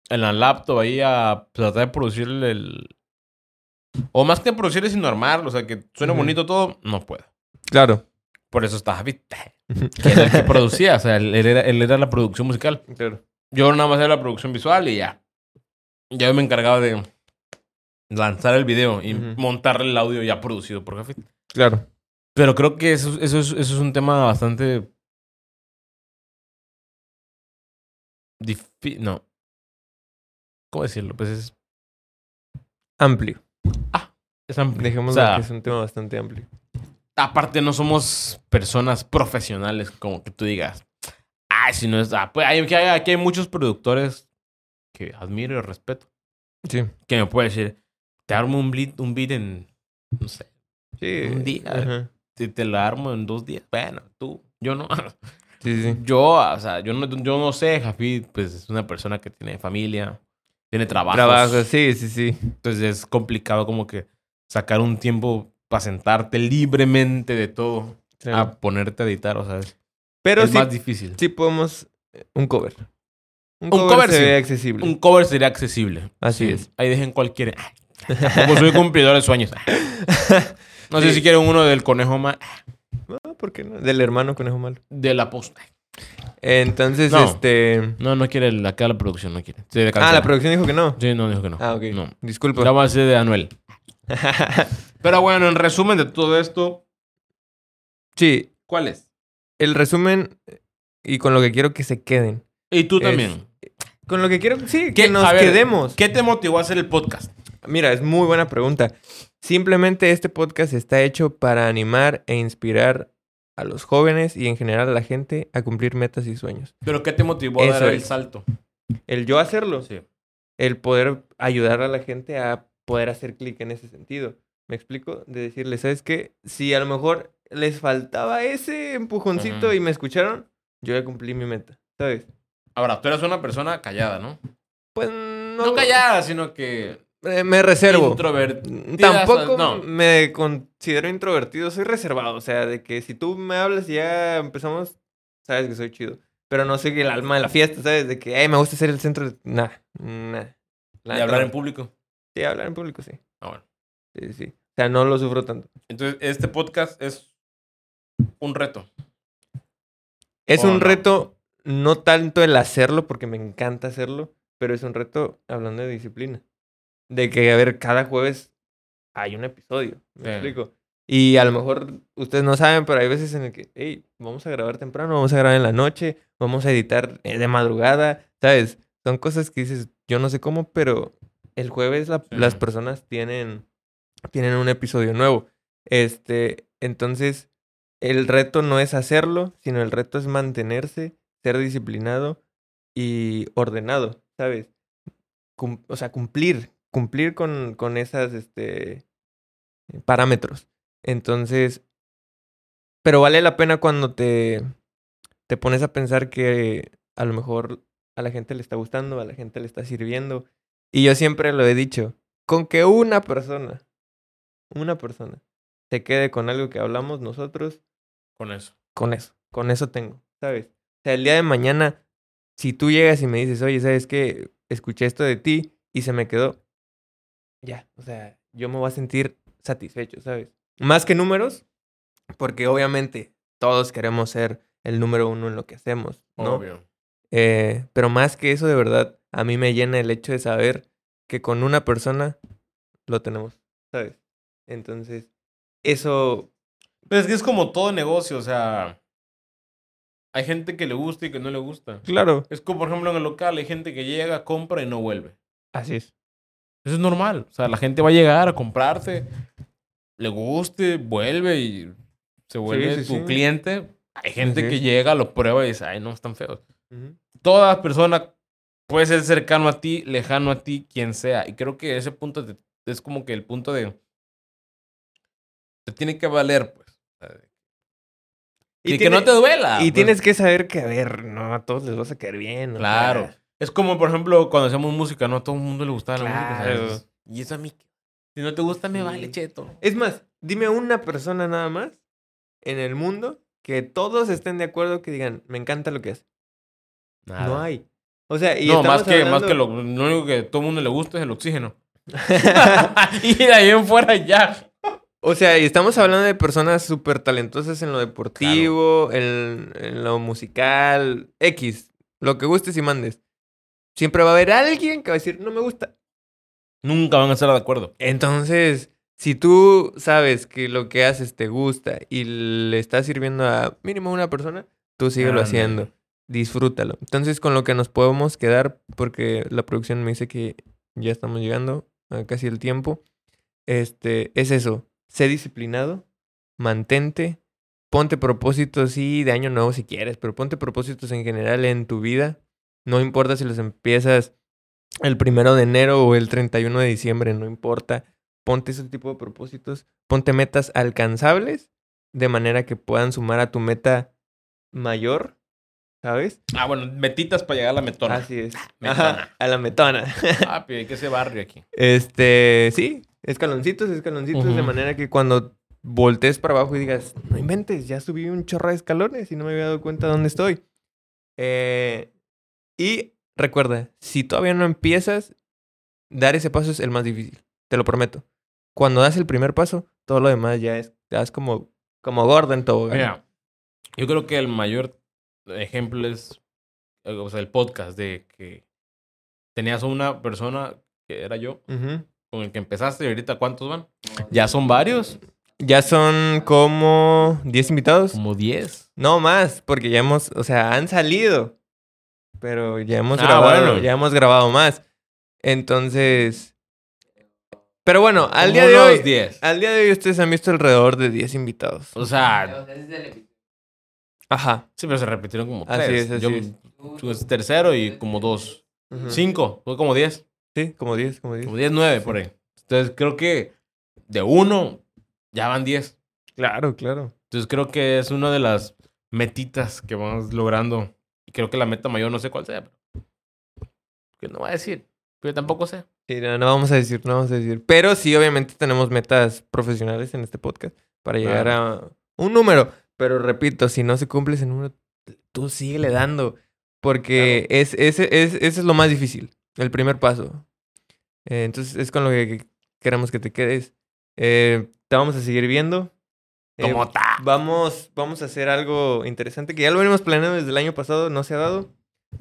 S2: en la laptop ahí a tratar de producir el, el- O más que producir es normal, o sea, que suene
S1: Ujú.
S2: bonito todo, no puedo.
S1: Claro.
S2: Por eso está Javi, que era el que producía, o sea, él él era, él era la producción musical.
S1: Claro.
S2: Yo nada más era la producción visual y ya. Ya me encargaba de lanzar el video y
S1: Ujú.
S2: montarle el audio ya producido por Javi.
S1: Claro.
S2: Pero creo que eso, eso, es, eso es un tema bastante... Difí... No. ¿Cómo decirlo? Pues es,
S1: Amplio.
S2: es amplio.
S1: Dejemos
S2: O sea,
S1: que es un tema bastante amplio.
S2: aparte no somos personas profesionales como que tú digas. Ay, si no es... ah, pues hay- aquí, hay, aquí hay muchos productores que admiro y respeto.
S1: Sí.
S2: Que me puede decir, te armo un beat, un beat en... No sé,
S1: Sí.
S2: Un día.
S1: Ajá.
S2: te, te la armo en dos días. Bueno, tú, yo no.
S1: Sí, sí.
S2: Yo, o sea, yo no, yo no sé, Jafid, pues es una persona que tiene familia, tiene trabajo.
S1: Trabajo, sí, sí, sí.
S2: Entonces es complicado como que sacar un tiempo para sentarte libremente de todo
S1: Claro.
S2: a ponerte a editar, o sea, es,
S1: Pero
S2: es
S1: sí,
S2: más difícil.
S1: sí podemos eh, un cover. Un
S2: Un
S1: cover,
S2: cover,
S1: se
S2: sí.
S1: ve accesible.
S2: Un cover sería accesible.
S1: Así
S2: Sí,
S1: es.
S2: Ahí dejen cualquiera. Tampoco soy cumplidor de sueños. No sé
S1: Sí.
S2: si quieren uno del conejo más,
S1: Ah, ¿Por qué no? Del hermano conejo malo.
S2: de la posta.
S1: Entonces,
S2: No.
S1: este.
S2: No, no quiere la, acá la producción, no quiere. Se
S1: Ah,
S2: cancela.
S1: la producción dijo que no.
S2: Sí, no, dijo que no.
S1: Ah, ok.
S2: No.
S1: Disculpa.
S2: La base de Anuel. Pues- Pero bueno, en resumen de todo esto,
S1: sí,
S2: ¿cuál es?
S1: el resumen y con lo que quiero que se queden.
S2: Y tú
S1: Es-
S2: también.
S1: Con lo que quiero, sí,
S2: ¿Qué-
S1: que nos
S2: a ver,
S1: quedemos.
S2: ¿Qué te motivó a hacer el podcast?
S1: Mira, es muy buena pregunta. Simplemente este podcast está hecho para animar e inspirar a los jóvenes y en general a la gente a cumplir metas y sueños.
S2: ¿Pero qué te motivó a
S1: Eso
S2: dar el
S1: es.
S2: salto?
S1: El yo hacerlo,
S2: Sí.
S1: el poder ayudar a la gente a poder hacer clic en ese sentido. ¿Me explico? De decirles, ¿sabes qué? Si a lo mejor les faltaba ese empujoncito
S2: Ajá.
S1: y me escucharon, yo ya cumplí mi meta, ¿sabes?
S2: Ahora, tú eres una persona callada, ¿no?
S1: Pues no,
S2: No, callada, sino que
S1: eh, me reservo. Mm,
S2: introvertida.
S1: Tampoco
S2: no.
S1: me considero introvertido, soy reservado. O sea, de que si tú me hablas y ya empezamos, sabes que soy chido. Pero no soy el alma de la fiesta, ¿sabes? De que, "Ey, me gusta ser el centro de... Nah, nah. La
S2: Y
S1: neta,
S2: hablar en
S1: no.
S2: público.
S1: Sí, hablar en público, sí.
S2: Ah, bueno.
S1: Sí, sí. O sea, no lo sufro tanto.
S2: Entonces, este podcast es un reto.
S1: Es
S2: Oh,
S1: un
S2: no.
S1: reto, no tanto el hacerlo, porque me encanta hacerlo, pero es un reto hablando de disciplina. De que, a ver, cada jueves hay un episodio. ¿Me
S2: Sí.
S1: explico? Y a lo mejor ustedes no saben, pero hay veces en el que, hey, vamos a grabar temprano, vamos a grabar en la noche, vamos a editar eh, de madrugada, ¿sabes? Son cosas que dices, yo no sé cómo, pero el jueves la-
S2: Sí.
S1: las personas tienen, tienen un episodio nuevo. Este, entonces, el reto no es hacerlo, sino el reto es mantenerse, ser disciplinado y ordenado, ¿sabes? Cum- o sea, cumplir, cumplir con, con esas, este, parámetros. Entonces, pero vale la pena cuando te, te pones a pensar que a lo mejor a la gente le está gustando, a la gente le está sirviendo. Y yo siempre lo he dicho, con que una persona, una persona, se quede con algo que hablamos nosotros,
S2: Con eso.
S1: con eso, con eso tengo, ¿sabes? O sea, el día de mañana, si tú llegas y me dices, oye, ¿sabes qué? Escuché esto de ti y se me quedó, ya, o sea, yo me voy a sentir satisfecho, ¿sabes? Más que números, porque obviamente todos queremos ser el número uno en lo que hacemos, ¿no?
S2: Obvio.
S1: Eh, pero más que eso, de verdad, a mí me llena el hecho de saber que con una persona lo tenemos, ¿sabes? Entonces, eso,
S2: Pero Pues es que es como todo negocio, o sea. Hay gente que le gusta y que no le gusta.
S1: claro,
S2: Es como, por ejemplo, en el local, hay gente que llega, compra y no vuelve.
S1: así es.
S2: Eso es normal. O sea, la gente va a llegar a comprarte, le guste, vuelve y se vuelve
S1: sí,
S2: tu
S1: sí.
S2: cliente. Hay gente
S1: Así
S2: que
S1: es.
S2: llega, lo prueba y dice, ay, no, están feos. Toda persona puede ser cercano a ti, lejano a ti, quien sea. Y creo que ese punto te- es como que el punto de... Te tiene que valer, pues. Y, que no te duela.
S1: y
S2: pues.
S1: tienes que saber que, a ver, no, a todos les vas a caer bien. o
S2: Claro.
S1: sea,
S2: Es como, por ejemplo, cuando hacemos música, no a todo el mundo le gustaba la música.
S1: Claro.
S2: ¿sabes? Y eso a mí. Si no te gusta, me
S1: Sí.
S2: vale, cheto.
S1: Es más, dime una persona nada más en el mundo que todos estén de acuerdo que digan, me encanta lo que hace. No hay. O sea, y
S2: no, más
S1: estamos
S2: que, más
S1: hablando-
S2: que lo, lo único que a todo el mundo le gusta es el oxígeno. y de ahí en fuera ya.
S1: O sea, y estamos hablando de personas súper talentosas en lo deportivo, en, en lo musical, X, lo que gustes y mandes. Siempre va a haber alguien que va a decir, no me gusta.
S2: Nunca van a estar de acuerdo.
S1: Entonces, si tú sabes que lo que haces te gusta y le está sirviendo a mínimo una persona, tú síguelo
S2: Ándale.
S1: haciendo. Disfrútalo. Entonces, con lo que nos podemos quedar, porque la producción me dice que ya estamos llegando a casi el tiempo, este, es eso. Sé disciplinado, mantente, ponte propósitos, sí, de año nuevo si quieres, pero ponte propósitos en general en tu vida. No importa si los empiezas el primero de enero o el 31 de diciembre, no importa. Ponte ese tipo de propósitos, ponte metas alcanzables de manera que puedan sumar a tu meta mayor, ¿sabes?
S2: Ah, bueno, metitas para llegar a la metona.
S1: Así es.
S2: Metona.
S1: Ajá, a la metona.
S2: Papi,
S1: pues,
S2: hay que ese barrio aquí.
S1: Este, sí, escaloncitos, escaloncitos, de
S2: Ujú.
S1: manera que cuando voltees para abajo y digas, no inventes, ya subí un chorro de escalones y no me había dado cuenta dónde estoy. Eh, y recuerda, si todavía no empiezas, dar ese paso es el más difícil, te lo prometo. Cuando das el primer paso, todo lo demás ya es, ya es como, como gordo en tobogán.
S2: Mira, yo creo que el mayor ejemplo es, eh, o sea, el podcast de que tenías a una persona que era yo,
S1: Ujú,
S2: con el que empezaste y ahorita cuántos van? Ya son varios,
S1: Ya son como 10 invitados.
S2: como 10.
S1: No más, porque ya hemos, o sea, han salido. Pero ya hemos
S2: Ah,
S1: grabado,
S2: bueno.
S1: ya hemos grabado más. Entonces. Pero bueno, al
S2: Como
S1: día de
S2: unos
S1: hoy.
S2: 10.
S1: Al día de hoy ustedes han visto alrededor de 10 invitados.
S2: O sea,
S1: Ajá.
S2: sí, pero se repitieron como
S1: Así
S2: tres.
S1: es, así
S2: pues, Yo
S1: es.
S2: tú eres tercero y como dos.
S1: Ujú.
S2: Cinco, fue como 10.
S1: Sí, como 10, como 10.
S2: Como 10, 9 por ahí. Entonces creo que de uno ya van 10.
S1: Claro, claro.
S2: Entonces creo que es una de las metitas que vamos logrando. Y creo que la meta mayor no sé cuál sea. pero- Que no va a decir. Pero tampoco sé.
S1: Sí, no, no vamos a decir, no vamos a decir. Pero sí, obviamente tenemos metas profesionales en este podcast para llegar a un número. Pero repito, si no se cumple ese número, tú síguele dando. Porque es, ese es, ese es lo más difícil, el primer paso. Eh, entonces es con lo que queremos que te quedes. Eh, te vamos a seguir viendo. Eh,
S2: Como ta.
S1: Vamos, vamos a hacer algo interesante que ya lo venimos planeando desde el año pasado, no se ha dado,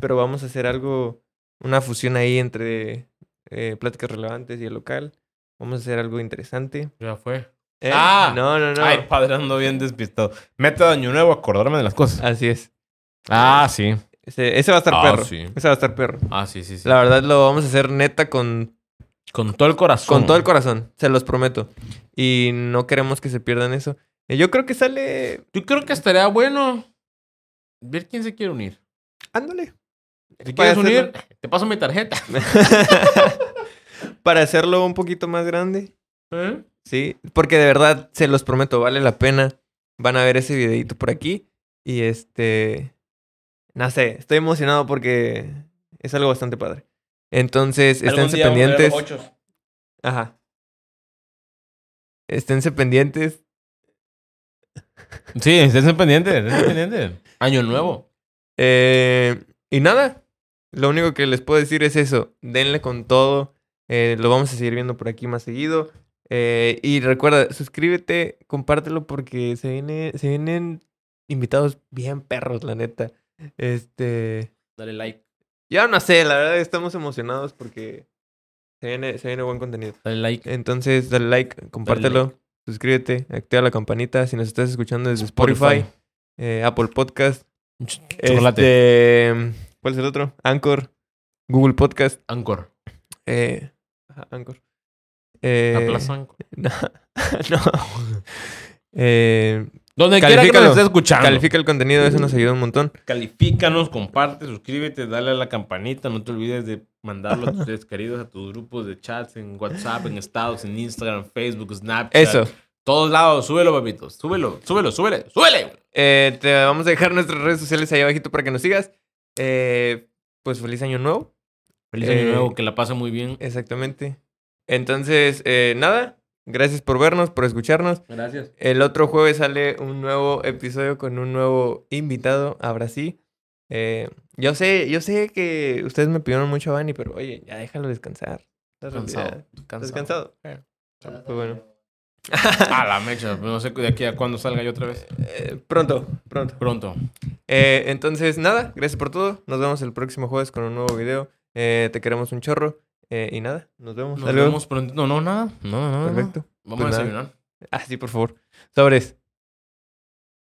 S1: pero vamos a hacer algo, una fusión ahí entre eh, pláticas relevantes y el local. Vamos a hacer algo interesante.
S2: Ya fue.
S1: ¿Eh?
S2: ¡Ah!
S1: No, no, no.
S2: Ay, padre, ando bien despistado. Meta de año nuevo, acordarme de las cosas.
S1: Así es.
S2: Ah, sí.
S1: Ese, ese va a estar
S2: Ah,
S1: perro.
S2: sí.
S1: Ese va a estar perro.
S2: Ah, sí, sí, sí.
S1: La verdad lo vamos a hacer neta con,
S2: Con todo el corazón.
S1: con todo el corazón, se los prometo. Y no queremos que se pierdan eso. Eh, Yo creo que sale...
S2: Yo creo que estaría bueno ver quién se quiere unir.
S1: Ándale.
S2: Si
S1: Para
S2: quieres unir, te paso mi tarjeta.
S1: Para hacerlo un poquito más grande.
S2: ¿Eh?
S1: Sí, porque de verdad, se los prometo, vale la pena. Van a ver ese videito por aquí. Y este. No sé, estoy emocionado porque es algo bastante padre. Entonces, esténse pendientes. Ajá. Esténse pendientes.
S2: Sí, estén pendientes, estén pendientes. Año nuevo.
S1: Eh, y nada, lo único que les puedo decir es eso. Denle con todo. eh, lo vamos a seguir viendo por aquí más seguido. eh, y recuerda, suscríbete, compártelo porque se, viene, se vienen invitados bien perros, la neta. Este,
S2: Dale like.
S1: ya no sé, la verdad estamos emocionados porque se viene, se viene buen contenido.
S2: Dale like.
S1: Entonces, dale like, compártelo, suscríbete, activa la campanita. Si nos estás escuchando desde Spotify, eh, Apple Podcast,
S2: Ch- Chocolate.
S1: este, ¿Cuál es el otro? Anchor. Google Podcast.
S2: Anchor.
S1: eh, ajá, Anchor.
S2: La
S1: Eh,
S2: plaza Anchor.
S1: No. no. Eh,
S2: Donde quiera que
S1: califícalo.
S2: nos estés escuchando.
S1: califica el contenido, eso nos ayuda un montón.
S2: Califícanos, comparte, suscríbete, dale a la campanita. No te olvides de mandarlo a tus seres queridos, a tus grupos de chats en WhatsApp, en estados, en Instagram, Facebook, Snapchat.
S1: Eso.
S2: Todos lados. Súbelo, papito. Súbelo, súbelo, súbele, súbele.
S1: Eh, te vamos a dejar nuestras redes sociales ahí abajito para que nos sigas. Eh, pues feliz año nuevo.
S2: Feliz año
S1: Eh,
S2: nuevo, que la pase muy bien.
S1: Exactamente. Entonces, eh, nada. Gracias por vernos, por escucharnos.
S2: Gracias.
S1: El otro jueves sale un nuevo episodio con un nuevo invitado. Ahora sí. Eh, yo sé, yo sé que ustedes me pidieron mucho a Vani, pero oye, ya déjalo descansar. La
S2: Cansado.
S1: realidad. ¿Estás cansado?
S2: Eh.
S1: Pues bueno.
S2: A la mecha. No sé de aquí a cuándo salga yo otra vez.
S1: Eh, pronto, pronto.
S2: Pronto.
S1: Eh, entonces, nada, gracias por todo. Nos vemos el próximo jueves con un nuevo video. Eh, te queremos un chorro. Eh, y nada, nos vemos.
S2: Nos
S1: Hasta luego.
S2: vemos pronto. No, no, nada. No, no, no.
S1: Perfecto.
S2: Vamos
S1: Pues
S2: a
S1: nada.
S2: desayunar.
S1: Ah, sí, por favor. Sobres.